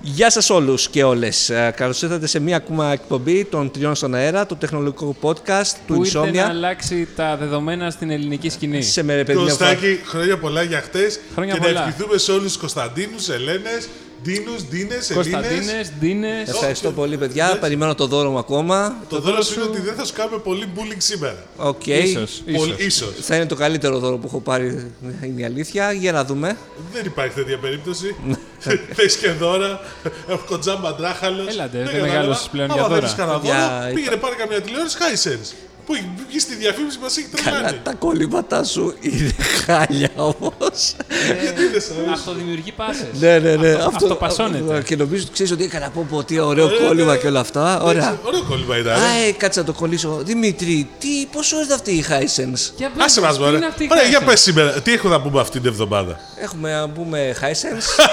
Γεια σας όλους και όλες. Ε, Καλώς ήρθατε σε μία ακόμα εκπομπή των τριών στον αέρα, του τεχνολογικού podcast του Που ήρθε να Insomnia. αλλάξει τα δεδομένα στην ελληνική σκηνή. Σε με ρε παιδί μια φορά. Κωστάκη, χρόνια πολλά για χτες. Χρόνια και πολλά. να ευχηθούμε σε όλους τους Κωνσταντίνους, Ελένες, Ντίνου, Ντίνε, Ελλήνε. Κωνσταντίνες, Ντίνες. Ε, Ευχαριστώ πολύ παιδιά, περιμένω το δώρο μου ακόμα. Το δώρο σου είναι ότι δεν θα σου κάνουμε πολύ bullying σήμερα. Οκ. Ε, Ίσως. Πολύ, ίσως. Θα είναι το καλύτερο δώρο που έχω πάρει, είναι η αλήθεια. Για να δούμε. Δεν υπάρχει τέτοια περίπτωση. Ναι. Θε και δώρα. Έχω κοντζά Ναι, μαντράχαλο. Έλατε, δεν μεγάλωσες πλέον για Αν δώρα. δεν κανένα Για- δώρο, πήγαινε πάρε καμιά τηλεόραση, Hisense. Που έχει βγεις στη διαφήμιση μας έχει τρελάνει. Καλά, τα κόλληματά σου είναι χάλια όμως. Γιατί δεν σ' αρέσει. Αυτοδημιουργεί πάσες. Ναι, ναι, ναι. Αυτό, αυτοπασώνεται. Και νομίζω ότι ξέρεις ότι έκανα πω, πω τι ωραίο Ωραία, κόλλημα ναι. και όλα αυτά. Δεν Ωραία. ξέρω, Ωραίο κόλλημα ήταν. ε. Α, ε, κάτσε να το κολλήσω. Δημήτρη, τι, πόσο είναι αυτή η Hisense. Για βλέπεις, Άσε μας τι μωρέ. είναι αυτή η Ωραία, χάση? για πες σήμερα. Τι έχω να πούμε αυτή την εβδομάδα. Έχουμε να πούμε Hisense.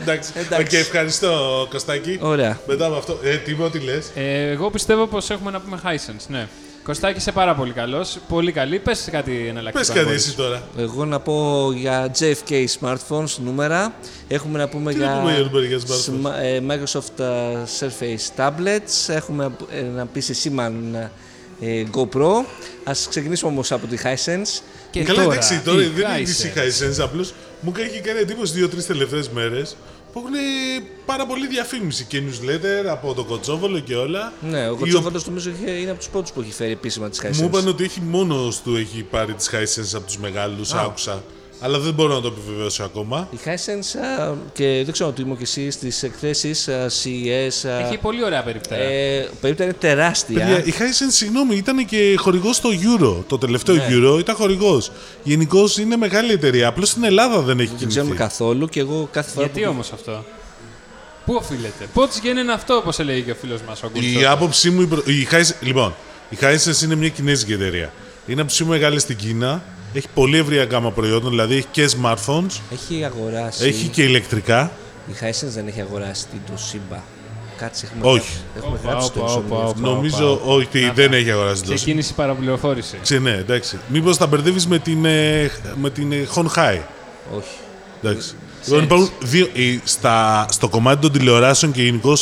Εντάξει. Εντάξει. Οκ, ευχαριστώ Κωστάκη. Ωραία. Μετά με αυτό. Ε, τι είμαι, ό,τι λες. Ε, εγώ πιστεύω πως έχουμε να πούμε Hisense, ναι. Κωστάκη, είσαι πάρα πολύ καλός. Πολύ καλή. Πες κάτι εναλλακτικό. Πες αν κάτι μπορείς. εσύ τώρα. Εγώ να πω για JFK smartphones νούμερα. Έχουμε να πούμε Τι για, να πούμε για νούμερα για smartphones? sma- ε, Microsoft ε, Surface tablets. Έχουμε να π- ε, να πει σε Siemens ε, GoPro. Ας ξεκινήσουμε όμως από τη Hisense. Και Καλά, τώρα, εντάξει, τώρα η δεν είναι η Hisense. Hisense απλώς. Μου έχει κάνει εντύπωση δύο-τρει τελευταίες μέρες που έχουν πάρα πολύ διαφήμιση και newsletter από το Κοτσόβολο και όλα. Ναι, Η ο οποία- Κοτσόβαλος νομίζω είχε- είναι από τους πρώτους που έχει φέρει επίσημα της Hisense. Μου είπαν ότι έχει μόνο του έχει πάρει τις Hisense από τους μεγάλους, άκουσα. Αλλά δεν μπορώ να το επιβεβαιώσω ακόμα. Η Hisense α, και δεν ξέρω τι είμαι και εσύ στις εκθέσεις α, CES. α, Έχει πολύ ωραία περιπτέρα. ε, περίπου είναι τεράστια. Παιδιά, η Hisense, συγγνώμη, ήταν και χορηγός στο Euro. Το τελευταίο Euro ήταν χορηγός. Γενικώς είναι μεγάλη εταιρεία. Απλώς στην Ελλάδα δεν έχει Δεν ξέρουμε κινηθεί. καθόλου και εγώ κάθε φορά Γιατί που... όμως αυτό. Πού οφείλεται. Πότε γίνεται αυτό, όπως έλεγε και ο φίλος μας ο Γκουρτσός. Η άποψή μου. η προ- Η Hisense, λοιπόν, η Hisense είναι μια κινέζικη εταιρεία. Είναι από τις πιο μεγάλες στην Κίνα. Έχει πολύ ευρία γκάμα προϊόντων, δηλαδή έχει και smartphones, Έχει αγοράσει. έχει και ηλεκτρικά. Η Hisense δεν έχει αγοράσει την Toshiba. Κάτσε, έχουμε Όχι. γράψει- Έχουμε Όπα, γράψει το όπα, επεισόδιο όπα, αυτό. Πάω, Νομίζω ότι δεν έχει αγοράσει το Toshiba. Ξεκίνησε η παραπληροφόρηση. Ξε, Ναι, εντάξει. Μήπως τα μπερδεύεις με την, ε, με την ε, Honhai. Όχι. Εντάξει. Λοιπόν, υπάρχουν δύο, η- στα, στο κομμάτι των τηλεοράσεων και γενικώς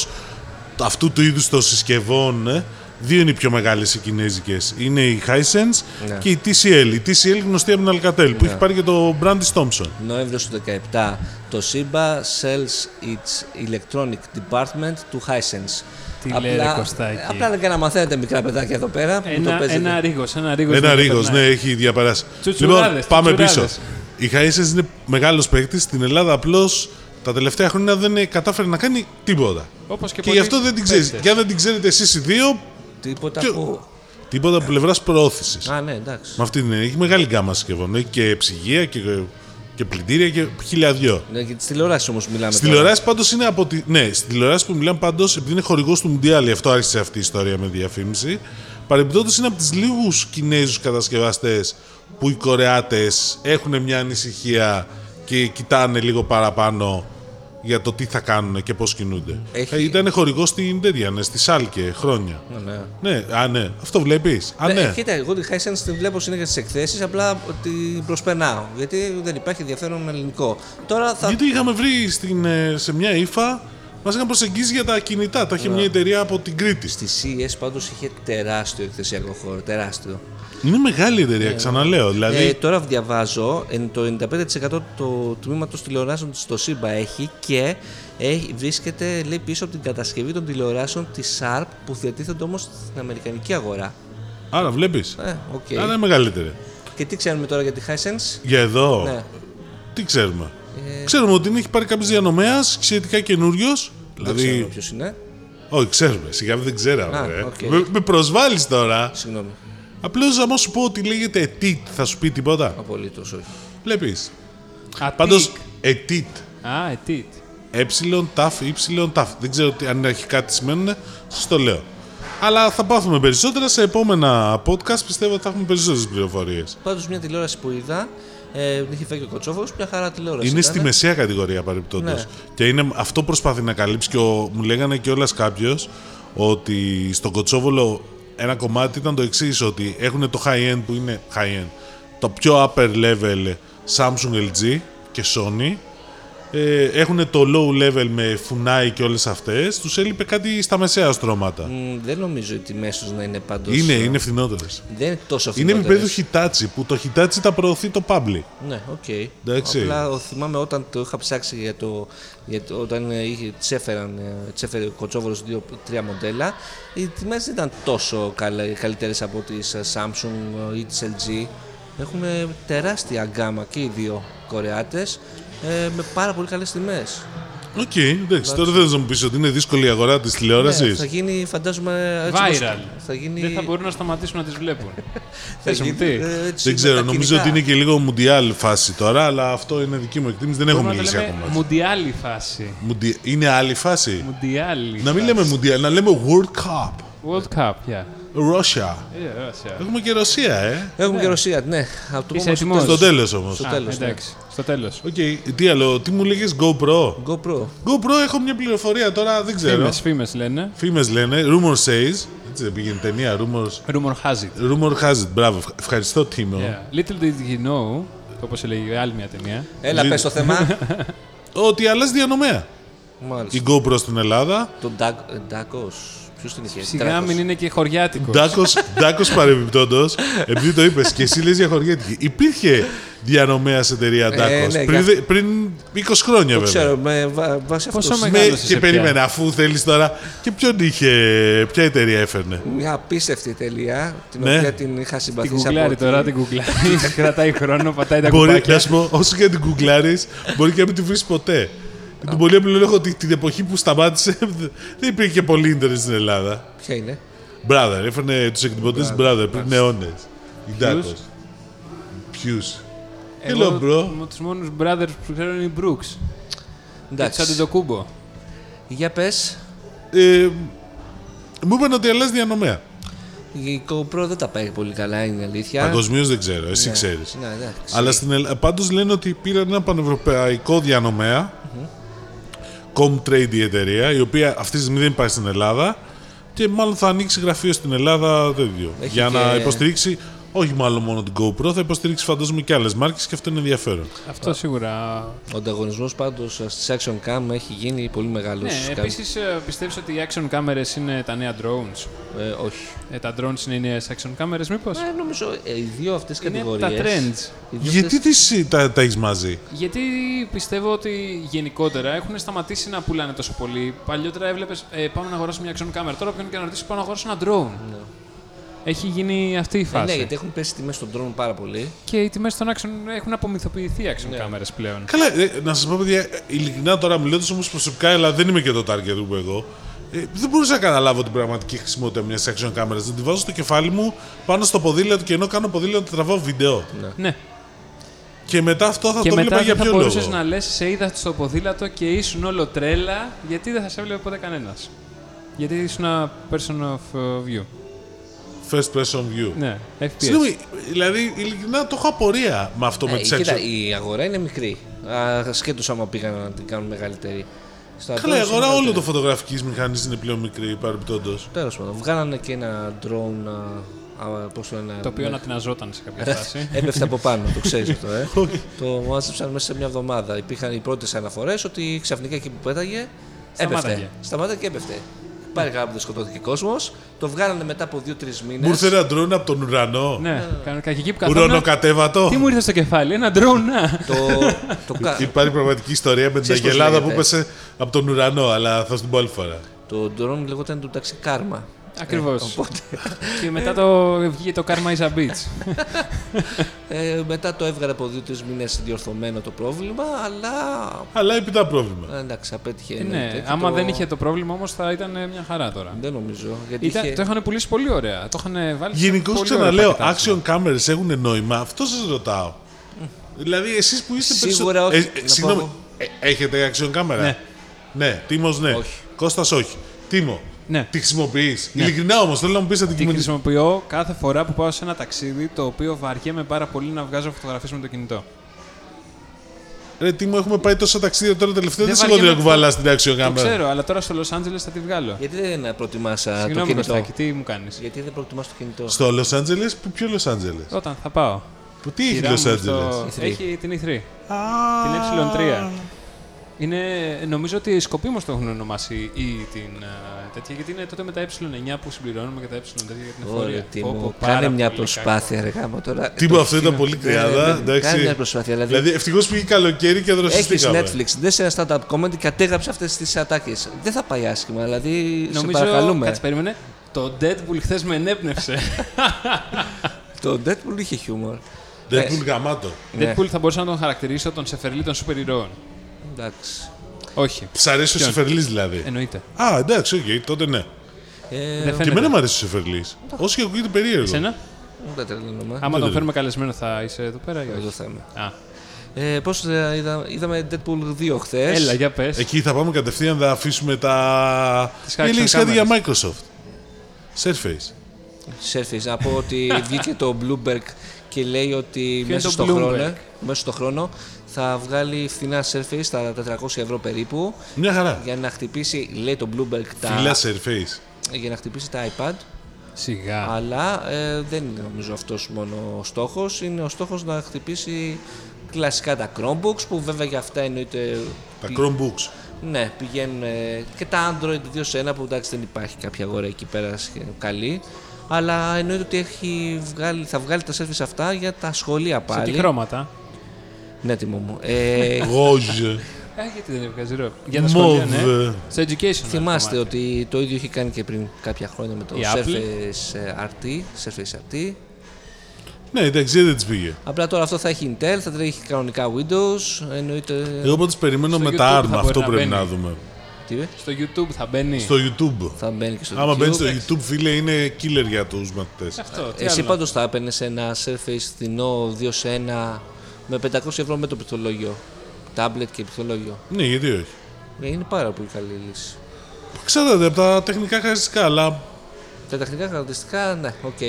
αυτού του είδους των συσκευών, ε, δύο είναι οι πιο μεγάλες οι κινέζικες. Είναι η Hisense Ναι. και η TCL. Η TCL γνωστή από την Alcatel Ναι. που έχει πάρει και το brand τη Thompson. Νοέμβριο του 17, το Toshiba sells its electronic department to Hisense. Τι λέει, ρε Κωστάκη. απλά δεν να μαθαίνετε μικρά παιδάκια εδώ πέρα. που το Ένα, παίζετε. ένα ρίγος. Ένα ρίγος. Ένα ρίγο, ναι, έχει διαπεράσει. Λοιπόν, Τσουτσουράδες, πάμε πίσω. τσουτσουράδες. Η Hisense είναι μεγάλος παίκτης. Στην Ελλάδα απλώς τα τελευταία χρόνια δεν ε, κατάφερε να κάνει τίποτα. Όπως και και γι' πολλοί αυτό δεν την ξέρεις. παίκτες. Και αν δεν την ξέρετε εσείς οι δύο, Τίποτα Ποιο- που. τίποτα από πλευράς προώθησης. Α, ναι, εντάξει. Με αυτή την έχει μεγάλη γκάμα συσκευών. Έχει και ψυγεία και, και πλυντήρια και χιλιαδιό. Ναι, για τι τηλεοράσει όμως μιλάμε. Στην τώρα. τηλεοράση πάντως είναι από τη. Ναι, στην τηλεοράση που μιλάμε πάντως, επειδή είναι χορηγός του Μουντιάλ, γι' αυτό άρχισε αυτή η ιστορία με διαφήμιση. Παρεμπιπτόντως είναι από του λίγους Κινέζους κατασκευαστές που οι Κορεάτες έχουν μια ανησυχία και κοιτάνε λίγο παραπάνω για το τι θα κάνουν και πώς κινούνται. Ε, Έχει- Ήταν χορηγός στην τέτοια, ναι, στη Σάλκε χρόνια. Ναι. Ναι, α, ναι. Αυτό βλέπεις. Α, Ναι, ναι. Κοίτα, εγώ τη Hisense την βλέπω συνέχεια στις εκθέσεις, απλά την προσπερνάω. Γιατί δεν υπάρχει ενδιαφέρον ελληνικό. Τώρα θα. Γιατί είχαμε βρει στην, ε, σε μια ύφα, μας είχαν προσεγγίσει για τα κινητά. Τα είχε μια εταιρεία από την Κρήτη. Ναι. Στη CES πάντως είχε τεράστιο εκθεσιακό χώρο. Τεράστιο. Είναι μεγάλη εταιρεία, ξαναλέω. Δηλαδή, Ε, τώρα διαβάζω, εν- το 95% του τμήματος τηλεοράσεων της το ΣΥΜΠΑ έχει και έχει, βρίσκεται λέει, πίσω από την κατασκευή των τηλεοράσεων της Sharp που διατίθενται όμως στην αμερικανική αγορά. άρα βλέπεις. Ε, οκ. Άρα είναι μεγαλύτερη. Και τι ξέρουμε τώρα για τη Hisense. Για εδώ, Ναι. Ε, τι ξέρουμε. Ξέρουμε ότι είναι- έχει πάρει κάποιος διανομέας σχετικά καινούριος. Δεν ξέρουμε Δηλαδή, ποιος είναι. όχι, ξέρουμε. Σιγά δεν Α, ξέραμε. ρε. οκ. Με, με προσβάλλεις τώρα. Συγγνώμη, Απλώς άμα σου πω ότι λέγεται Ετίτ, θα σου πει τίποτα. απολύτως όχι. Βλέπεις. Αττικ. Πάντω, Ετίτ. Α, ετίτ. Ε, ταφ, ή ταφ. Δεν ξέρω τι- αν έχει κάτι σημαίνουν, σας το λέω. Αλλά θα πάθουμε περισσότερα σε επόμενα podcast. Πιστεύω ότι θα έχουμε περισσότερες πληροφορίες. Πάντως μια τηλεόραση που είδα, ε, την είχε φέρει και ο Κοτσόφος, μια χαρά τηλεόραση Είναι ήταν. στη μεσαία κατηγορία παρεμπιπτόντως. Ναι. Και είναι, αυτό προσπαθεί να καλύψει και ο, μου λέγανε κιόλας κάποιος ότι στον Κοτσόβολο ένα κομμάτι ήταν το εξής: Ότι έχουν το high end που είναι high end, το πιο upper level Samsung LG και Sony. ε, έχουν το low level με φουνάι και όλες αυτές, τους έλειπε κάτι στα μεσαία στρώματα. Μ, δεν νομίζω ότι μέσο να είναι πάντως. Είναι, είναι φθηνότερες. Δεν είναι τόσο Είναι φθηνότερες. επίπεδου Hitachi, που το Hitachi τα προωθεί το Public. Ναι, οκ. Εντάξει. Απλά ο- θυμάμαι όταν το είχα ψάξει για το. Για το όταν ε, είχε, τις έφεραν, ε, τις έφερε ο Κοτσόβολος δύο-τρία μοντέλα, οι τιμές δεν ήταν τόσο καλύτερες από τι Samsung ε, ή τις LG. Έχουν τεράστια γκάμα και οι δύο Κορεάτες ε, με πάρα πολύ καλές τιμές. Οκ, εντάξει, τώρα δεν θες να μου πεις ότι είναι δύσκολη η αγορά της τηλεόρασης. Ναι, Ε, θα γίνει, φαντάζομαι. Έτσι όπως- Viral. θα γίνει. Δεν θα μπορούν να σταματήσουν να τις βλέπουν. θα Θες να μου γίνει, τι? ε, έτσι, με δεν ξέρω, τα νομίζω κινητά. ότι είναι και λίγο μουντιάλ φάση τώρα, αλλά αυτό είναι δική μου εκτίμηση, δεν έχω Μπορούμε να μιλήσει το λέμε ακόμα. Μουντιάλη φάση. Μουντι- Είναι άλλη φάση. Μουντιάλη. Να μην φάση. λέμε Μουντιάλ, να λέμε World Cup. World Cup, Ε, yeah. Russia. Yeah, Russia. Έχουμε και Ρωσία, ε. Έχουμε και Ρωσία, ναι. Από το Είσαι πούμε έτοιμος? στο Στο Πώς. τέλος. τέλο όμως. Στο Α, τέλος, ναι. Εντάξει, στο τέλος. Οκ, τι άλλο, τι μου λέγες GoPro. GoPro. GoPro έχω μια πληροφορία τώρα, δεν ξέρω. Φήμες, φήμες λένε. Φήμες λένε, rumor says. Έτσι δεν πήγαινε η ταινία, rumors. Rumor has it. Rumor has it, μπράβο. Ευχ- Ευχαριστώ, Τίμο. Yeah. Little did you know, όπως έλεγε άλλη μια ταινία. Έλα, Ζή- πες το θέμα. Ότι αλλάζει διανομέα. Μάλιστα. Η GoPro στην Ελλάδα. Το Ντάκο. Ποιο την είχε, Σιγά Τράκος. μην είναι και χωριάτικος. Ντάκος παρεμπιπτόντως, επειδή το είπες και εσύ λες για χωριέτικη. Υπήρχε διανομέας σε εταιρεία Ε, Ντάκο ναι, πριν, για- δε- πριν 20 χρόνια Το Ε, βέβαια. ξέρω, με βά- βάση Πόσο αυτός. μεγάλο- Με, Μεγάλωσε και σε περίμενα, ποια. αφού θέλεις τώρα. Και ποιον είχε, ποια εταιρεία έφερνε. Μια απίστευτη τελεία, την Ναι. οποία την είχα Την συμπαθήσει κουκλάρει τώρα, την κουκλάρει. Κρατάει χρόνο, πατάει τα Μπορεί, να κουμπάκια. σου πω, όσο και να την κουκλάρει, μπορεί και να μην τη βρεις ποτέ. Με τον πολύ απλό λόγο ότι την εποχή που σταμάτησε δεν υπήρχε και πολύ ίντερνετ στην Ελλάδα. Ποια είναι. Brother, έφερνε τους εκτυπωτές της Brother πριν αιώνες. Ιντάκος. Ποιους? Ποιου. Hello, Εγώ bro. με τους μόνους brothers που ξέρω είναι οι Brooks. Και τους Εντάξει. Αντιτοκούμπο. Για πες, Ε, μου είπαν ότι αλλάζει Ε. διανομέα. η GoPro δεν τα πάει πολύ καλά, είναι η αλήθεια. Παγκοσμίως δεν ξέρω, εσύ ξέρεις. Ναι, εντάξει. Αλλά στην Ελλάδα. Πάντως λένε ότι πήραν ένα πανευρωπαϊκό διανομέα. Comtrade η εταιρεία, η οποία αυτή τη στιγμή δεν υπάρχει στην Ελλάδα. Και μάλλον θα ανοίξει γραφείο στην Ελλάδα τέτοιο. Έχει για να και- υποστηρίξει, όχι μάλλον μόνο την GoPro, θα υποστηρίξει φαντάζομαι και άλλες μάρκες και αυτό είναι ενδιαφέρον. Αυτό σίγουρα Ο ανταγωνισμός πάντως στι Action Cam έχει γίνει πολύ μεγάλος. Ναι, επίση πιστεύεις ότι οι action κάμερες είναι τα νέα drones. όχι. Ε, τα drones είναι οι νέες action κάμερες μήπως. Ε, νομίζω ε, οι δύο αυτές Είναι κατηγορίε. τα trends. Γιατί τις, τα, τα έχεις μαζί, Γιατί πιστεύω ότι γενικότερα έχουν σταματήσει να πουλάνε τόσο πολύ. Παλιότερα έβλεπες ε, πάμε να αγοράσουμε μια action κάμερα. Τώρα ποιον και να ρωτήσεις πάμε να αγοράσω ένα drone. Έχει γίνει αυτή η Ναι. Ε, φάση. ναι, γιατί έχουν πέσει τιμέ των drone πάρα πολύ. Και οι τιμές των action έχουν απομυθοποιηθεί action Ναι. κάμερες πλέον. Καλά, ε, να σας πω, παιδιά, ε, ειλικρινά τώρα μιλώντας όμως προσωπικά, αλλά δεν είμαι και το target που εγώ. Ε, δεν μπορούσα να καταλάβω την πραγματική χρησιμότητα μιας action κάμερα. Δεν τη βάζω στο κεφάλι μου πάνω στο ποδήλατο και ενώ κάνω ποδήλατο τραβάω βίντεο. Ναι. Και μετά αυτό θα Και το βλέπα μετά για δεν θα ποιο μπορούσες λόγο. να λες: Σε είδα στο ποδήλατο και ήσουν όλο τρέλα, γιατί δεν θα σε έβλεπε ποτέ κανένας. Γιατί ήσουν ένα person of uh, view. First person view. Ναι, FPS. Συγγνώμη, δηλαδή ειλικρινά το έχω απορία με αυτό Ναι, με Ε, τις κοίτα, action. η αγορά είναι μικρή. Σκέτος άμα πήγαν να την κάνουν μεγαλύτερη. Στα Καλά, η αγορά όλο το φωτογραφικής μηχανής είναι πλέον μικρή παρεμπιπτόντως. Τέλος πάντων, βγάλανε και ένα drone. α, α, πώς το λένε, Το οποίο με- να τειναζόταν σε κάποια φάση. Ε. Έπεφτε από πάνω, το ξέρεις αυτό. Ε. το μάζεψαν μέσα σε μια εβδομάδα. Υπήρχαν οι πρώτες αναφορές ότι ξαφνικά εκεί που πέταγε. Έπεφτε. Σταμάταγε. Σταμάταγε και έπεφτε. Πάρε καλά που δεν σκοτώθηκε κόσμος. Το βγάλανε μετά από 2-3 μήνες. Μου ήρθε ένα ντρόν από τον ουρανό. ναι, Ε. κανονικά και εκεί που καθόμουν. Ουρανοκατέβατο. Τι μου ήρθε στο κεφάλι, ένα drone, ναι. να. Το, το, κα- Υπάρχει πραγματική ιστορία με την Ξέρεις πώς Αγελάδα που λέγεται. έπεσε από τον ουρανό, αλλά θα στην πω άλλη φορά. το drone λεγόταν του ταξί Κάρμα. Ακριβώς. Ε, Οπότε και μετά το βγήκε το Karma is a bitch. Ε, μετά το έβγαλε από δύο-τρει μήνες διορθωμένο το πρόβλημα, αλλά. Αλλά έπειτα πρόβλημα. ε, Εντάξει, απέτυχε. Ε, εννοείται ναι, και άμα το- δεν είχε το πρόβλημα όμως θα ήταν μια χαρά τώρα. Δεν νομίζω. Γιατί Ήταν, είχε... Το είχαν πουλήσει πολύ ωραία. Το είχαν βάλει. σε Γενικώς πολύ ξαναλέω, ωραία πακετάκια. action cameras έχουν νόημα, αυτό σας ρωτάω. Δηλαδή, εσείς που είστε Σίγουρα περισσο- όχι. Ε, ε, Να συγγνώμη, πω ε, έχετε action κάμερα. Ναι. Ναι, Τίμος ναι. Όχι. Κώστας όχι. Τίμο. Ναι. Τη χρησιμοποιείς. Ειλικρινά όμως, θέλω να μου πεις Την αντικειμενικά. χρησιμοποιώ κάθε φορά που πάω σε ένα ταξίδι το οποίο βαριέμαι πάρα πολύ να βγάζω φωτογραφίες με το κινητό. Ρε Τίμο, έχουμε πάει τόσα ταξίδια τώρα τελευταία. Δεν Δεν σηκώνει να βαριέμαι κουβαλά την action Το κάμερα. ξέρω, αλλά τώρα στο Λο Άντζελε θα τη βγάλω. Γιατί δεν προτιμά Ε, το Συγγνώμη, κινητό. Ε. Κωστάκη, τι μου κάνεις. Γιατί δεν προτιμάς το κινητό. Στο Los Angeles, που ποιο Los Angeles. Όταν θα πάω. Που τι έχει Χειρά μου Los στο- Angeles. E3. Έχει την E3. Α, Την ε3. Είναι, νομίζω ότι σκοπίμω το έχουν ονομάσει ή την ε, τέτοια, γιατί είναι τότε με τα ε9 που συμπληρώνουμε και τα ε τέτοια για την Ωραία, εφορία. τι μου. Κάνε μια προσπάθεια, ρε γάμο τώρα. Τι Το- είπα, αυτό ήταν πολύ Ναι, ναι, ναι, κρυάδα. ναι. Κάνε μια εντάξει. προσπάθεια. Δηλαδή, Δηλαδή, ευτυχώς πήγε καλοκαίρι και έχεις δροσιστήκαμε. Netflix, δες σε ένα startup comedy, κατέγραψε αυτές τις ατάκες. Δεν θα πάει άσχημα, δηλαδή σε Νομίζω, παρακαλούμε. Κάτσε, περίμενε. Το Deadpool χθες με ενέπνευσε. Το Deadpool είχε χιούμορ. Ε, Deadpool γαμάτο. Ναι. Deadpool θα μπορούσα να τον χαρακτηρίσω τον Σεφερλί των σούπερ ηρώων. Εντάξει. Όχι, Σ' αρέσει ο Ποιον? Ε, ναι. Σεφερλή δηλαδή. εννοείται. Α, εντάξει, οκ, τότε ναι. Ε, Δεν Και φαίνεται. εμένα μου αρέσει ο Σεφερλή. Όσο και ακούγεται περίεργο. ναι, Εσένα, δεν τα τρελαίνομαι. άμα τον δεν- φέρουμε καλεσμένο θα είσαι εδώ πέρα ή Εδώ όχι. θα είμαι. Α, Ε, Πώς είδα, είδαμε Deadpool 2 χθες. έλα, για πες. Ε, Εκεί θα πάμε κατευθείαν, θα αφήσουμε τα. Τις Μην χάξεις λέγεις των κάτι για Microsoft. Surface. Surface. Να πω ότι βγήκε το Bloomberg και λέει ότι είναι μέσα το στο, Bloomberg? χρόνο, μέσα στο χρόνο θα βγάλει φθηνά Surface στα 400 ευρώ περίπου Μια χαρά. για να χτυπήσει, λέει το Bloomberg, τα, Φιλά Surface. για να χτυπήσει τα iPad. Σιγά. Αλλά ε, δεν είναι νομίζω αυτός μόνο ο στόχος, είναι ο στόχος να χτυπήσει κλασικά τα Chromebooks που βέβαια για αυτά εννοείται Τα πη- Chromebooks. ναι, πηγαίνουν ε, και τα Android 2 σε 1 που εντάξει δεν υπάρχει κάποια αγορά εκεί πέρα σχε- καλή αλλά εννοείται ότι έχει βγάλει, θα βγάλει τα Surface αυτά για τα σχολεία Σε τι πάλι. χρώματα. Ναι, τιμό μου. Ε, Γόζ. Α, Ε, γιατί δεν έβγαζε ρόμπι. Για τα σχολεία, Μοβ. ναι. Στο education. θυμάστε να το ότι το ίδιο είχε κάνει και πριν κάποια χρόνια με το Η Apple. Surface ε, RT, Surface RT. Ναι, εντάξει, δεν της πήγε. Απλά τώρα αυτό θα έχει Intel, θα τρέχει κανονικά Windows, εννοείται... Εγώ πάντως περιμένω Στο με τα YouTube ARM, θα μπορεί αυτό να πρέπει να μπαίνει. δούμε. Τι είπε? μάθει. Στο YouTube θα μπαίνει. Στο YouTube. Θα μπαίνει και στο Άμα YouTube. μπαίνει στο YouTube, φίλε, είναι killer για τους μαθητές. Αυτό, τι Εσύ άλλο. πάντως θα έπαιρνες ένα Surface φθηνό 2 σε 1 με 500 ευρώ με το πληκτρολόγιο. Τάμπλετ και πληκτρολόγιο. Ναι, γιατί όχι. Ε, Είναι πάρα πολύ καλή λύση. Ξέρετε από τα τεχνικά χαρακτηριστικά, αλλά Τα τεχνικά χαρακτηριστικά, ναι, οκ. Ε,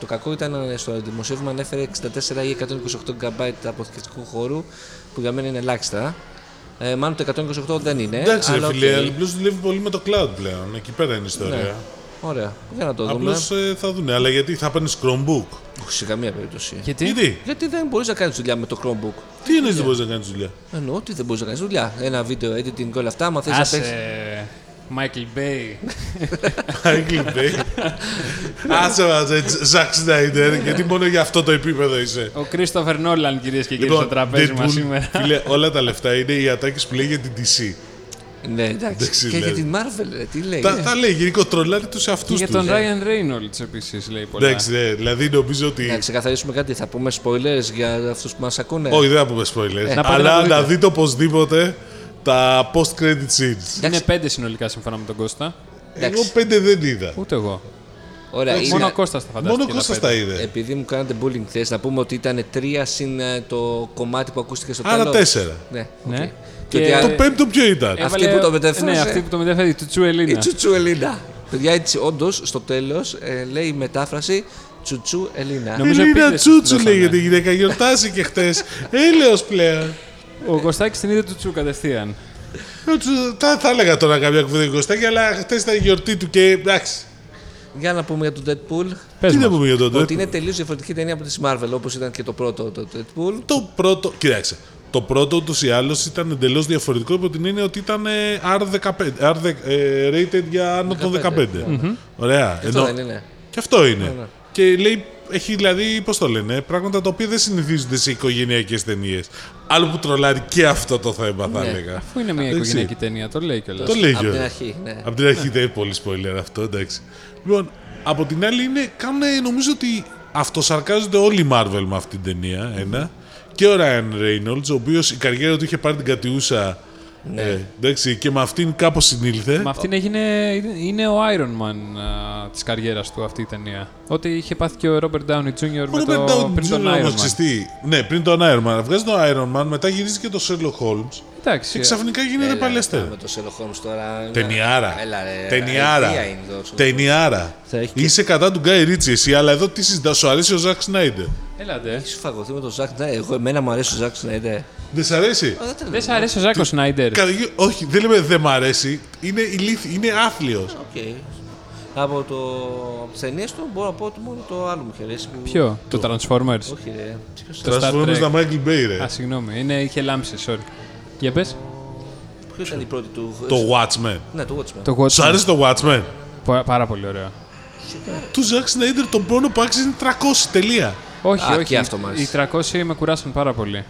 Το κακό ήταν ε, στο δημοσίευμα ανέφερε 64 ή 128 GB αποθηκευτικού χώρου, που για μένα είναι ελάχιστα. Ε, μάλλον το 128 δεν είναι. εντάξει, ρε Ε, αλλά φίλε, οκ. αλλά απλώ δουλεύει πολύ με το cloud πλέον. Εκεί πέρα είναι η ιστορία. Ωραία, για να το Απλώ δούμε. θα δουν. Αλλά γιατί θα παίρνεις Chromebook. Όχι, σε καμία περίπτωση. Γιατί. Γιατί, Γιατί δεν μπορείς να κάνεις δουλειά με το Chromebook. τι εννοείς δεν μπορείς να κάνεις δουλειά. Εννοώ ότι δεν μπορείς να κάνεις δουλειά. Ένα βίντεο editing και όλα αυτά. Άμα θες να παίξει. Άσε, Michael Bay. Michael Bay. Άσε μας έτσι, Ζακ Σνάιντερ, γιατί μόνο για αυτό το επίπεδο είσαι. Λοιπόν, Ο Κρίστοφερ Νόλαν, κυρίες και κύριοι, στο τραπέζι μας Deadpool, σήμερα. Φίλε, όλα τα λεφτά είναι οι ατάκες που λέει για την DC. Ναι, εντάξει. Εντάξει, Και για δηλαδή. την Marvel, ρε, τι λέει. Τα, ε. τα λέει γενικό τρολάρι τους Και εαυτούς για τους. ε. τον Ryan Reynolds επίσης λέει πολλά. Εντάξει, ναι, δηλαδή νομίζω Να ότι... ξεκαθαρίσουμε κάτι, θα πούμε spoilers για αυτούς που μας ακούνε. Όχι, δεν θα πούμε spoilers. Ε. να πάτε να αλλά το να δείτε. δείτε οπωσδήποτε τα post-credit scenes. Είναι πέντε συνολικά σύμφωνα με τον Κώστα. Εγώ πέντε δεν είδα. Ούτε εγώ. Ωραία, είναι- Μόνο ο Κώστας τα φαντάστηκε. Μόνο ο τα Κώστας πέντε. τα είδε. Επειδή μου κάνατε bullying χθες, να πούμε ότι ήταν τρία συν ε, το κομμάτι που ακούστηκε στο Άρα τέλος. τέσσερα. Ναι. Ναι. οκ. Και ότι Και- α- Το πέμπτο ποιο ήταν. Αυτή που το ε. μετέφρασε. Ναι, αυτή που το μετέφερε, του Τσου Ε, Η Ελίνα. τσουτσού Ελίνα. Ναι. Παιδιά, έτσι, όντως στο τέλος λέει η μετάφραση τσουτσού Ελίνα. Νομίζω Ελίνα επίτηδες Τσούτσου δώσανε. λέγεται η γυναίκα, γιορτάζει και χτες. Έλεος πλέον. Ο Κωστάκης την είδε του Τσου κατευθείαν. Ε, τσου- Θα, θα έλεγα τώρα κάποια κουβέντα για Κωστάκη, αλλά χθες ήταν η γιορτή του και εντάξει. Για να πούμε για τον Deadpool. Πες Τι να μας. πούμε για τον Ότι Deadpool. είναι τελείως διαφορετική ταινία από τη Marvel, όπως ήταν και το πρώτο το Deadpool. Το πρώτο. Κοιτάξτε. Το πρώτο ούτω ή άλλως ήταν εντελώς διαφορετικό υπό την έννοια ότι ήταν ε, R15, R, ε, rated για άνω των 15. Ωραία. Ε, Αυτό Ε, δεν είναι. Και αυτό είναι. Ναι, Και λέει, έχει δηλαδή, πώς το λένε, πράγματα τα οποία δεν συνηθίζονται σε οικογενειακές ταινίες. Άλλο που τρολάρει και αυτό το θέμα, θα έλεγα. Ναι, Αφού είναι μια Εντάξει. οικογενειακή ταινία, το λέει κιόλας. Το λέει Από την κιόλας. αρχή, ναι. Απ' την αρχή δεν είναι πολύ spoiler αυτό, εντάξει. Λοιπόν, από την άλλη είναι, κάνουν, νομίζω ότι αυτοσαρκάζονται όλοι οι Marvel με αυτήν την ταινία, ένα. Και ο Ryan Reynolds, ο οποίος η καριέρα του είχε πάρει την κατιούσα, Ναι. ε, εντάξει, και με αυτήν κάπως συνήλθε. Με αυτήν έγινε. είναι ο Iron Man α, της καριέρας του αυτή η ταινία. Ό,τι είχε πάθει και ο Robert Downey Jr. Ο με Robert το, Downey πριν τον Jr. Iron όμως, Man. ξέρεις τι, ναι, πριν τον Iron Man. Βγάζει τον Iron Man, μετά γυρίζει και το Sherlock Holmes. Και Εντάξει. ξαφνικά γίνεται παλαιστέρα. Ε, Με το Sherlock Holmes τώρα. είναι- Ε, Ταινιάρα. Έλα, ρε, Ταινιάρα. αηδία είναι το- Ταινιάρα. Θα έχει και- Είσαι κατά του Γκάι Ρίτσι εσύ, αλλά εδώ τι συζητάς, σου αρέσει ο Ζακ Σνάιντερ. Έλατε. Έχεις φαγωθεί με τον Ζακ Σνάιντερ. Εγώ, εμένα μου αρέσει ο Ζακ ναι, Σνάιντερ. Δεν σ' αρέσει. Δεν σ' αρέσει ο Ζάκο Σνάιντερ. Κατά κύριο- όχι, δεν λέμε δεν μ' αρέσει. Είναι, ηλίθι, είναι άθλιος. Οκ. Από το από τις ταινίες του μπορώ να πω ότι μόνο το άλλο μου είχε αρέσει. που- Ποιο, το Transformers. Όχι ρε. Ποιος- Star Transformers Trek. τα Michael Bay, ρε. Α, συγγνώμη, είναι, είχε λάμψει, sorry. Για πες. Ποιος ήταν η πρώτη του. Το Watchmen. Ναι, το Watchmen. Το Watchmen. Σου άρεσε το Watchmen. Πα- Πάρα πολύ ωραίο. Του Zack Snyder τον πόνο που άξιζε είναι 300 τελεία. Όχι, Α, όχι. και αυτό μας. Οι 300 με κουράσαν πάρα πολύ.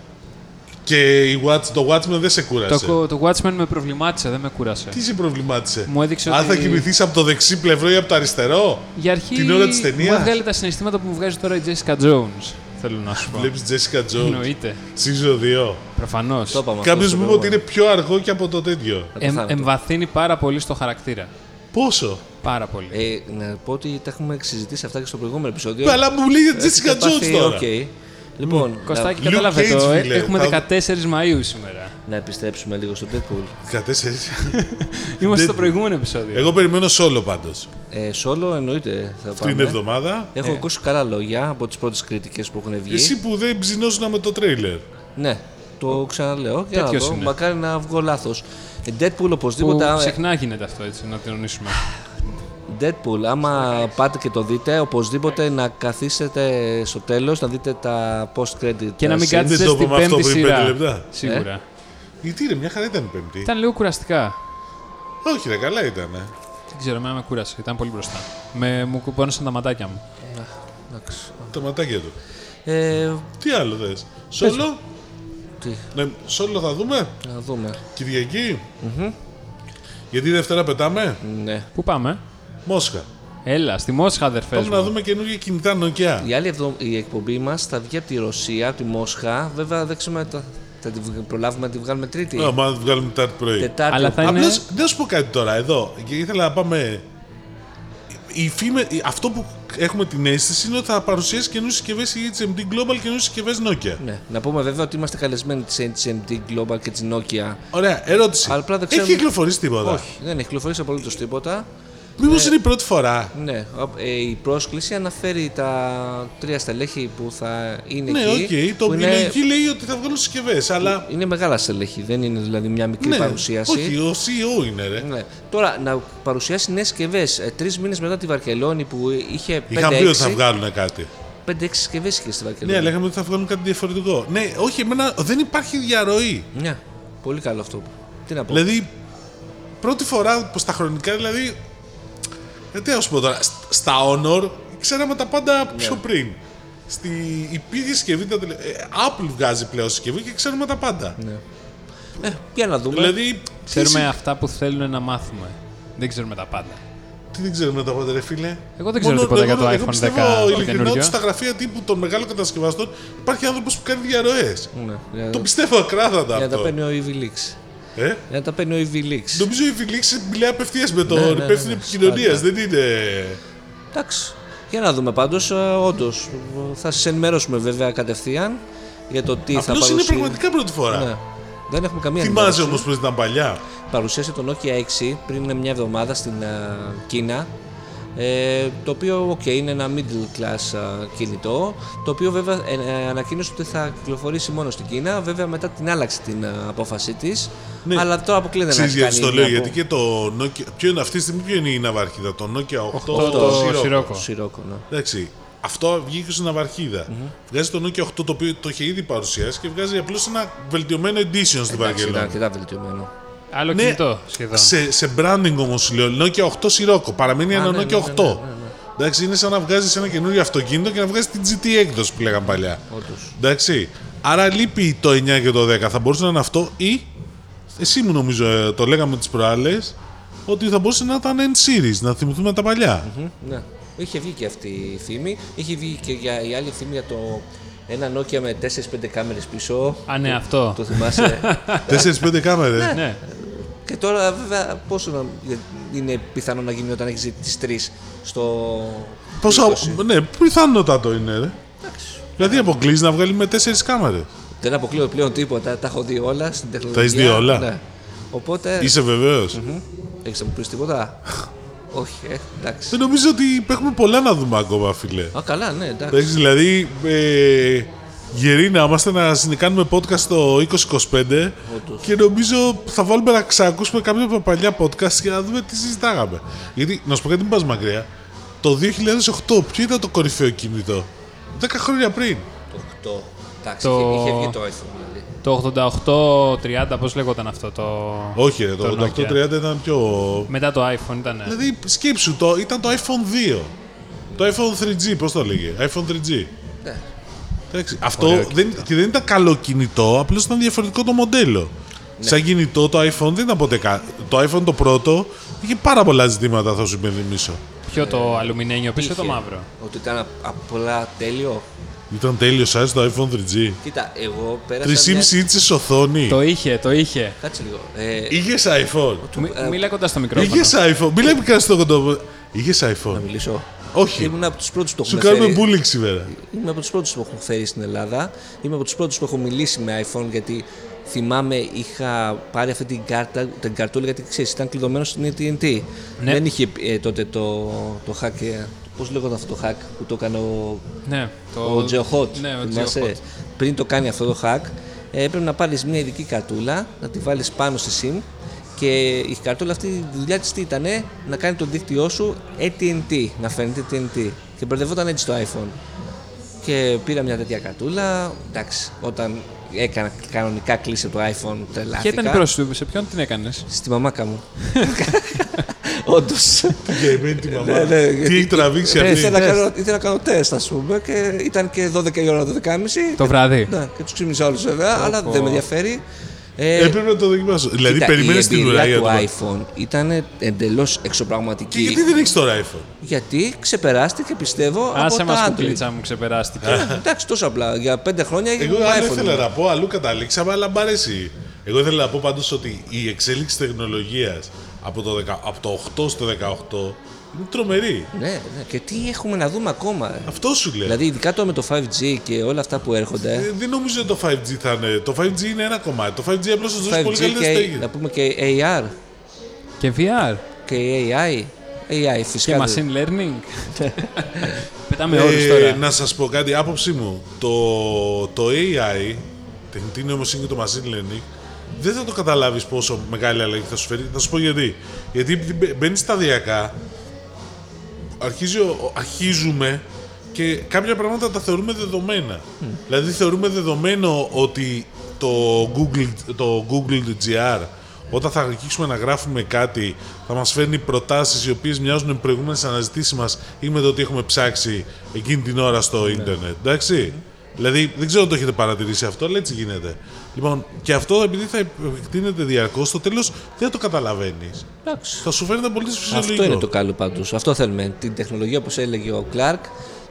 Και η Watch, το Watchmen δεν σε κούρασε. Το, το Watchmen με προβλημάτισε, δεν με κουρασε. Τι σε προβλημάτισε. Μου έδειξε Αν ότι- θα κοιμηθείς από το δεξί πλευρό ή από το αριστερό. Για αρχή, Την ώρα της μου ταινίας. έβγαλε τα συναισθήματα που μου βγάζει τώρα η Jessica Jones. Θέλω να σου πω. Βλέπεις Jessica Jones. Εννοείται. Season 2. Προφανώς. Το είπαμε αυτό Κάποιο στο μου είπε ότι είναι προηγούμενο. πιο αργό και από το τέτοιο. Θα το Εμ, θάνατο. εμβαθύνει πάρα πολύ στο χαρακτήρα. Πόσο. Πάρα πολύ. Ε, να πω ότι τα έχουμε συζητήσει αυτά και στο προηγούμενο επεισόδιο. Αλλά μου λέει για Έτσι Jessica είχα Ε, πάθει, Jones τώρα. οκ. Λοιπόν, Κωστάκι, να, Luke κατάλαβε Cage, το. ε, φίλε, Έχουμε θα- 14 Μαου σήμερα. να επιστρέψουμε λίγο στο Deadpool. Κατέσσερις. Είμαστε στο προηγούμενο επεισόδιο. Εγώ περιμένω solo πάντως. Ε, σόλο εννοείται θα πάμε. Την εβδομάδα. Ναι. Έχω ακούσει καλά λόγια από τις πρώτες κριτικές που έχουν βγει. Εσύ που δεν ψινόσουν με το τρέιλερ. Ναι, το ξαναλέω. Για να Τέτοιος δω, είναι. μακάρι να βγω λάθος. Ε, Deadpool Που οπωσδήποτε. άμα- συχνά γίνεται αυτό έτσι, να τονίσουμε. Deadpool, άμα πάτε και το δείτε, οπωσδήποτε να καθίσετε στο τέλος, να δείτε τα post-credit. Και να μην scenes. Δεν κάτσε το στην είπαμε αυτό πέμπτη πριν σειρά. πέντε λεπτά. Ε. Σίγουρα. Γιατί ρε, μια χαρά ήταν η Πέμπτη. Ήταν λίγο κουραστικά. Όχι, ρε, καλά ήταν. ε. Δεν ξέρω, εμένα με κούρασε. Ήταν πολύ μπροστά. Με, μου κουπώνωσαν τα ματάκια μου. Εντάξει. Τα ματάκια του. Ε, Τι άλλο θες. Σόλο. τι, Ναι, σόλο θα δούμε. να δούμε. Κυριακή. Γιατί Δευτέρα πετάμε. Ναι. Πού πάμε? Μόσχα. Έλα, στη Μόσχα, αδερφές. Πάμε να δούμε καινούργια κινητά Nokia. Η άλλη εβδο... η εκπομπή μας θα βγει από τη Ρωσία, από τη Μόσχα. Βέβαια δεν ξέρουμε τα... θα τη βγ- προλάβουμε να τη βγάλουμε Τρίτη. Ναι, μα βγάλουμε Τετάρτη πρωί. Τετάρτη. Ε, Αλλά θα είναι. ναι. Απλώς, να σου πω κάτι τώρα εδώ. Και ήθελα να πάμε. Η φήμε- η- αυτό που έχουμε την αίσθηση είναι ότι θα παρουσιάσει καινούριες συσκευές η HMD Global και καινούριες συσκευές Nokia. Ναι. Να πούμε βέβαια ότι είμαστε καλεσμένοι της HMD Global και της Nokia. Ωραία, ερώτηση. Αλλά απλά δεν Έχει ξέρουμε- κυκλοφορήσει τίποτα. Όχι, δεν έχει κυκλοφορήσει απολύτως τίποτα. Μήπως είναι η πρώτη φορά. Ναι, ο- ε, η πρόσκληση αναφέρει τα τρία στελέχη που θα είναι Ναι, οκ. εκεί. Το που η είναι... λογική λέει ότι θα βγάλουν συσκευές, αλλά. είναι μεγάλα στελέχη, δεν είναι δηλαδή μια μικρή Ναι, παρουσίαση. όχι, ο CEO είναι, ρε. Ναι. Τώρα να παρουσιάσει νέες συσκευές. Τρεις μήνες μετά τη Βαρκελόνη που είχε Είχαν πει ότι θα 5-6 βγάλουν κάτι. 5-6 συσκευές είχε στη Βαρκελόνη. Ναι, αλλά είχαμε ότι θα βγάλουν κάτι διαφορετικό. Ναι, όχι, εμένα δεν υπάρχει διαρροή. Ναι, πολύ καλό αυτό. Τι να πω. Δηλαδή, πρώτη φορά που στα χρονικά, δηλαδή. Ε, τι να σου πω τώρα, σ- στα Honor ξέραμε τα πάντα πιο Ναι. πριν. Στη υπήρχε συσκευή, τα τελε... ε, Apple βγάζει πλέον συσκευή και ξέρουμε τα πάντα. Ναι. Ε, για να δούμε. Δηλαδή, τι συ- Ξέρουμε αυτά που θέλουν να μάθουμε. Δεν ξέρουμε τα πάντα. Τι δεν ξέρουμε τα πάντα, ρε φίλε. Εγώ δεν ξέρω τίποτα για το iPhone 10 το Εγώ ειλικρινά καινούριο. ότι στα γραφεία τύπου των μεγάλων κατασκευαστών υπάρχει άνθρωπος που κάνει διαρροές. Ναι, για να- Το πιστεύω ακράδαντα για να τα αυτό. παίρνει ο Evil Leaks. Ε? Για να τα παίρνει ο Evil Leaks. Νομίζω η Φιλίξη μιλάει απευθείας με τον Ναι, ναι, ναι, υπεύθυνο ναι, επικοινωνία. Δεν είναι. Εντάξει. Για να δούμε πάντως, όντως. Θα σας ενημερώσουμε βέβαια κατευθείαν για το τι θα Απλώ παρουσιάσει. είναι πραγματικά πρώτη φορά. Ναι. Δεν έχουμε καμία Θυμάσαι ενημέρωση. όμως που ήταν παλιά. Παρουσίασε το Nokia 6 πριν μια εβδομάδα στην α, Κίνα. Ε, το οποίο okay, είναι ένα middle class α, κινητό. Το οποίο βέβαια ε, ε, ανακοίνωσε ότι θα κυκλοφορήσει μόνο στην Κίνα. Βέβαια μετά την άλλαξε την α, απόφασή της. Ναι. Αλλά τώρα αποκλείεται να Ξέρεις έχει γιατί κάνει το λέω, μια γιατί απο- και το Nokia. Ποιο είναι αυτή τη στιγμή, ποιο είναι η ναυαρχίδα, το Nokia 8. Το, Zero. το Σιρόκο. Σιρόκο, ναι. Εντάξει. Αυτό βγήκε στην ναυαρχιδα Βγάζει το Nokia 8 το οποίο το είχε ήδη παρουσιάσει και βγάζει απλώς ένα βελτιωμένο edition στην Εντάξει, ήταν Βαρκελόνη. αρκετά βελτιωμένο. Άλλο Ναι. κινητό σχεδόν. Σε, σε branding όμως λέω, Nokia 8 Σιρόκο. Παραμένει ένα ναι, ναι, Nokia 8. ναι, ναι, ναι, Εντάξει, είναι σαν να βγάζεις ένα καινούριο αυτοκίνητο και να βγάζεις την GT έκδοση που λέγαμε παλιά. Όντως. Εντάξει. Άρα λείπει το 9 και το 10. Θα μπορούσε να είναι αυτό ή. Εσύ μου νομίζω, ε, το λέγαμε τις προάλλες, ότι θα μπορούσε να ήταν end series, να θυμηθούμε τα παλια Ναι. Είχε βγει και αυτή η φήμη. Είχε βγει και για, η άλλη φήμη για το ένα Nokia με 4-5 κάμερες πίσω. Α, ναι, αυτό. Το θυμάσαι. 4-5 κάμερες. Ναι. και τώρα βέβαια πόσο να, είναι πιθανό να γίνει όταν έχεις τις τρεις στο. Πόσο. 20. Ναι, πιθανότατο είναι, ρε. Δηλαδή αποκλείζει να βγάλει με 4 κάμερες. Δεν αποκλείω πλέον τίποτα. Τα έχω δει όλα στην τεχνολογία. έχεις δει όλα? Ναι. Οπότε. Είσαι βεβαίως. Έχεις να μου πεις τίποτα. Όχι, ε, εντάξει. Δεν νομίζω ότι έχουμε πολλά να δούμε ακόμα, φίλε. Α, καλά, ναι, εντάξει. Εντάξει, δηλαδή ε, γεροί να είμαστε να συνεκάνουμε podcast το 2025 και νομίζω θα βάλουμε να ξανακούσουμε κάποια από τα παλιά podcast για να δούμε τι συζητάγαμε. Γιατί, να σου πω κάτι, μην πας μακριά. Το 2008, ποιο ήταν το κορυφαίο κινητό. 10 χρόνια πριν. Το 8. Εντάξει, Το- είχε, είχε βγει το iPhone. Δηλαδή. Το 88-30, πώ λεγόταν αυτό το. Όχι, ρε, το Nokia. 8830 ήταν πιο. Μετά το iPhone ήταν. Δηλαδή, σκέψου το, ήταν το iPhone 2. Το iPhone 3G, πώς το λέγε. iPhone 3G. Ναι. Εντάξει, αυτό δεν, και δεν ήταν καλό κινητό, απλώς ήταν διαφορετικό το μοντέλο. Ναι. Σαν κινητό το iPhone δεν ήταν ποτέ κα... Το iPhone το πρώτο είχε πάρα πολλά ζητήματα, θα σου υπενθυμίσω. Ποιο το αλουμινένιο πίσω, το Είχε. μαύρο. Ότι ήταν απ- απλά τέλειο. Ήταν τέλειο size το iPhone 3G. Κοίτα, εγώ πέρασα. 3,5 Μια... inches οθόνη. Το είχε, το είχε. Κάτσε λίγο. Ε, Είχες iPhone. Μι- Μίλα κοντά στο μικρόφωνο. Είχες iPhone. Μην λέμε κάτι στο κοντό. Είχες να iPhone. μιλήσω. Όχι. Ήμουν από τους πρώτους που το Σου έχουν κάνουμε φέρει. bullying σήμερα. Είμαι από τους πρώτους που έχουν φέρει στην Ελλάδα. Είμαι από τους πρώτους που έχω μιλήσει με iPhone γιατί θυμάμαι είχα πάρει αυτή την κάρτα, την καρτούλα γιατί ξέρεις, ήταν κλειδωμένος στην AT&T. Ναι. Δεν είχε ε, τότε το, το hack, ε, πώς λέγονταν αυτό το hack που το έκανε ο, Ναι, το... ο Geohot. Ναι, ο θυμάσαι? Geohot. Πριν το κάνει αυτό το hack, ε, έπρεπε να πάρεις μια ειδική καρτούλα, να τη βάλεις πάνω στη SIM και η καρτούλα αυτή η δουλειά της τι ήταν, να κάνει το δίκτυό σου AT&T, να φαίνεται AT&T και μπερδευόταν έτσι το iPhone. Και πήρα μια τέτοια καρτούλα. Εντάξει, όταν έκανα κανονικά κλείσει από το iPhone, τρελάθηκα. Ποια ήταν η πρόσφυγη του, σε ποιον την έκανες. Στη μαμάκα μου. Όντως. Γεμένη τη μαμά. Ναι, ναι, Τι γιατί- έχει τραβήξει αυτή. Ναι. ήθελα, να κάνω, ήθελα να κάνω τεστ, ας πούμε, και ήταν και 12 η ώρα, 12.30. Το βράδυ. Ναι, και τους ξύπνησα όλους βέβαια, αλλά δεν με ενδιαφέρει. Ε, Έπρεπε να το δοκιμάσω. Δηλαδή, κοίτα, περιμένει η την ουρά εμπειρία για του το. iPhone ήταν εντελώς εξωπραγματική. Και γιατί δεν έχεις τώρα iPhone. Γιατί ξεπεράστηκε, πιστεύω, Άσε από τα μας Android. κουκλίτσα μου, ξεπεράστηκε. Ε, Εντάξει, τόσο απλά. Για πέντε χρόνια Εγώ ήμουν άλλο Ε, iPhone. ήθελα να πω, αλλού καταλήξαμε, αλλά μ' αρέσει. Εγώ ήθελα να πω πάντως ότι η εξέλιξη τεχνολογίας από, το δεκα- από το 8 στο 18 είναι τρομερή. Ναι, ναι, και τι έχουμε να δούμε ακόμα. ε. Αυτό σου λέει. Δηλαδή, ειδικά το με το 5G και όλα αυτά που έρχονται. Ε, Δεν νομίζω ότι το 5G θα είναι. Το 5G είναι ένα κομμάτι. Το 5G απλώς θα δώσει πολύ 5G καλύτερες και, να τέχνε. πούμε και AR και VR. και AI. AI φυσικά. Και δεν- machine learning. Πετάμε όρους τώρα. Ε, να σας πω κάτι, άποψή μου. Το, το AI, τεχνητή νοημοσύνη και το machine learning, δεν θα το καταλάβεις πόσο μεγάλη αλλαγή θα σου φέρει. Θα σου πω γιατί. Γιατί μπαι- μπαίνεις σταδιακά, αρχίζει, ο- αρχίζουμε και κάποια πράγματα τα θεωρούμε δεδομένα. Δηλαδή θεωρούμε δεδομένο ότι το Google, το Google GR όταν θα αρχίσουμε να γράφουμε κάτι θα μας φέρνει προτάσεις οι οποίες μοιάζουν με προηγούμενες αναζητήσεις μας ή με το ότι έχουμε ψάξει εκείνη την ώρα στο Ναι. ίντερνετ. Εντάξει. Δηλαδή, δεν ξέρω αν το έχετε παρατηρήσει αυτό, αλλά έτσι γίνεται. Λοιπόν, και αυτό επειδή θα εκτείνεται διαρκώς, στο τέλος δεν το καταλαβαίνεις. Εντάξει. Θα σου φαίνεται πολύ φυσιολογικό. Αυτό είναι το καλό πάντως. Αυτό θέλουμε. Την τεχνολογία, όπως έλεγε ο Κλάρκ,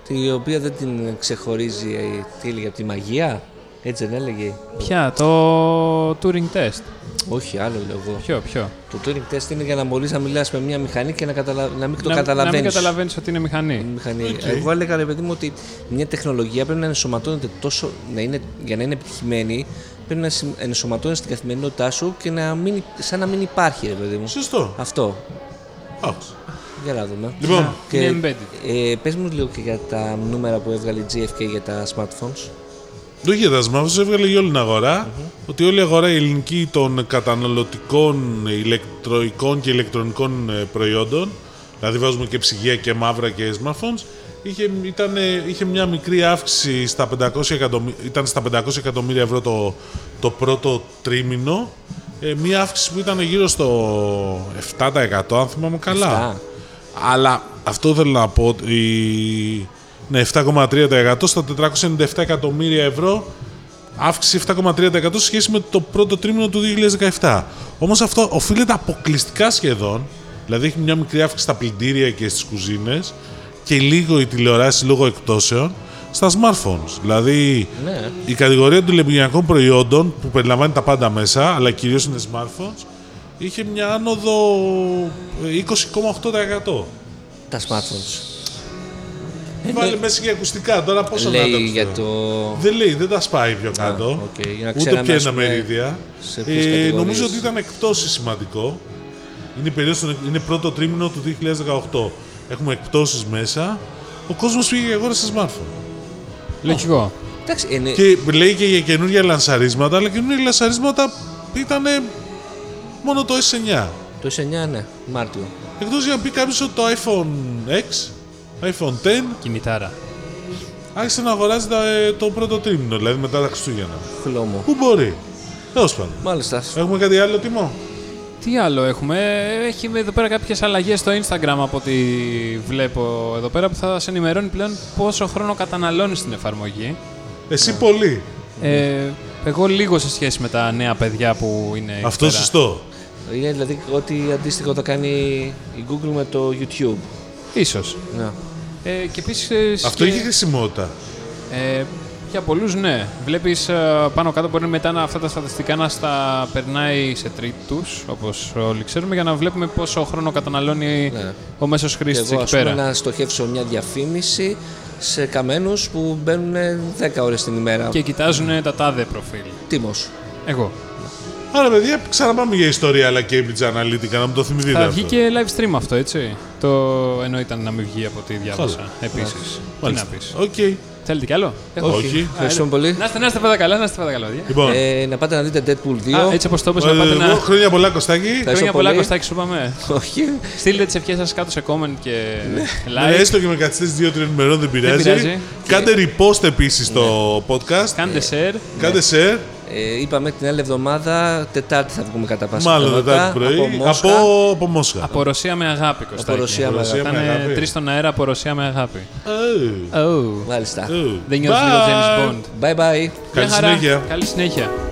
η οποία δεν την ξεχωρίζει, ε, τι έλεγε, από τη μαγεία. Έτσι δεν έλεγε. Ποια, το Turing test. Όχι, άλλο λέω εγώ. Ποιο, ποιο. Το Turing test είναι για να μπορείς να μιλάς με μια μηχανή και να, καταλα... να μην το να, να μην καταλαβαίνεις. καταλαβαίνεις ότι είναι μηχανή. μηχανή. Εγώ έλεγα ρε παιδί μου ότι μια τεχνολογία πρέπει να ενσωματώνεται τόσο, να είναι, για να είναι επιτυχημένη, πρέπει να συμ- ενσωματώνεται στην καθημερινότητά σου και να μην, σαν να μην υπάρχει ρε παιδί μου. Σωστό. Αυτό. Άκουσα. Για να δούμε. Ναι, Λοιπόν. Είναι embedded. ε, πες μου λίγο και για τα νούμερα που έβγαλε η GFK για τα smartphones. Το είχε δασμάφο, έβγαλε για όλη την αγορα ότι όλη η αγορά η ελληνική των καταναλωτικών ηλεκτροικών και ηλεκτρονικών ε, προϊόντων, δηλαδή βάζουμε και ψυγεία και μαύρα και smartphones, είχε, ήταν, ε, είχε μια μικρή αύξηση στα 500 εκατομμύρια, ήταν στα 500 εκατομμύρια ευρώ το, το πρώτο τρίμηνο, ε, μια αύξηση που ήταν γύρω στο 7% αν θυμάμαι καλά. 7. Αλλά αυτό θέλω να πω ότι ναι, 7,3% στα 497 εκατομμύρια ευρώ αύξηση 7,3% σε σχέση με το πρώτο τρίμηνο του 2017. Όμως αυτό οφείλεται αποκλειστικά σχεδόν, δηλαδή έχει μια μικρή αύξηση στα πλυντήρια και στις κουζίνες και λίγο η τηλεοράση λόγω εκτόσεων στα smartphones. Δηλαδή Ναι. η κατηγορία των τηλεπικοινωνιακών προϊόντων που περιλαμβάνει τα πάντα μέσα, αλλά κυρίως είναι smartphones, είχε μια άνοδο ε, 20,8%. Τα smartphones. Βάλε μέσα και ακουστικά. Τώρα πόσο να Ε, ναι. Λέει τα για ακουστικά. το... Δεν λέει, δεν τα σπάει πιο κάτω. οκ, για να ούτε ξέραμε, πια ας ένα πούμε, μερίδια. σε ποιες Ε, κατηγορίες. νομίζω ότι ήταν εκτόσει σημαντικό. Είναι, η περίοδος των- είναι πρώτο τρίμηνο του 2018. Έχουμε εκτόσει μέσα. Ο κόσμος πήγε και αγόρασε smartphone. Λογικό. Εντάξει, ε, ναι, Και λέει και για καινούργια λανσαρίσματα, αλλά καινούργια λανσαρίσματα ήταν μόνο το S9. το S9 ναι, Μάρτιο. Εκτός για να πει κάποιος ότι το iPhone X, iPhone X, Κινητάρα. άρχισε να αγοράζει τα- ε, το πρώτο τρίμηνο, δηλαδή μετά τα Χριστούγεννα. Χλώμο. Πού μπορεί. Τέλος πάντων. Μάλιστα. Έχουμε κάτι άλλο τιμό. Τι άλλο έχουμε, έχει εδώ πέρα κάποιες αλλαγές στο Instagram από ό,τι βλέπω εδώ πέρα που θα σε ενημερώνει πλέον πόσο χρόνο καταναλώνεις στην εφαρμογή. Εσύ Ναι. πολύ. Ναι. Ε, εγώ λίγο σε σχέση με τα νέα παιδιά που είναι. εκεί Αυτό πέρα. σωστό. Είναι δηλαδή ότι αντίστοιχο θα κάνει η Google με το YouTube. Ίσως. Ναι. Ε, και επίσης. Αυτό έχει χρησιμότητα. Ε, για πολλούς, ναι. Βλέπεις πάνω κάτω μπορεί μετά να, αυτά τα στατιστικά να στα περνάει σε τρίτους, όπως όλοι ξέρουμε, για να βλέπουμε πόσο χρόνο καταναλώνει Ναι. ο μέσος Και χρήστης εγώ εκεί ας πούμε πέρα. να στοχεύσω μια διαφήμιση σε καμένους που μπαίνουν 10 ώρες την ημέρα. Και Και... κοιτάζουν τα τάδε προφίλ. Τίμος. Εγώ. Άρα, παιδιά, ξαναπάμε για ιστορία αλλά Cambridge Analytica, να μου το θυμηθείτε. Θα αυτό. βγει και live stream αυτό, έτσι. Το ενώ ήταν να μην βγει από ό,τι διάβασα. Καλά. Επίσης. Τι να Μάλιστα. πεις. Οκ. Θέλετε κι άλλο. Έχω Όχι. φύγει. Ευχαριστούμε πολύ. Να είστε, να είστε πάντα καλά, να είστε πάντα καλά. παιδιά. Λοιπόν, Ε, να πάτε να δείτε Deadpool 2. Α, έτσι όπως το είπες, ε, να πάτε εγώ, να. χρόνια πολλά, Κωστάκη. Ευχαριστώ Χρόνια πολλά, πολύ. Κωστάκη, σου είπαμε. Όχι. Στείλτε τις ευχές σας κάτω σε comment και Ε, like. Έστω και με καθυστέρηση δύο-τριών ημερών δεν πειράζει. πειράζει. Ναι. Κάντε repost επίσης το podcast. Κάντε share. Κάντε share. Ε, είπαμε την άλλη εβδομάδα, Τετάρτη θα βγούμε κατά πάσα Μάλλον πιθανότητα, Τετάρτη πρωί. Από, Μόσχα. Από, από Μόσχα. Από Ρωσία με αγάπη, Κωστάκη. Ρωσία με Ρωσία με Ήταν αγάπη. τρεις στον αέρα από Ρωσία με αγάπη. Oh. Oh. Μάλιστα. Oh. Δεν νιώθω λίγο Bye. James Bond. Bye bye. Καλή Μια χαρά. συνέχεια. Καλή συνέχεια.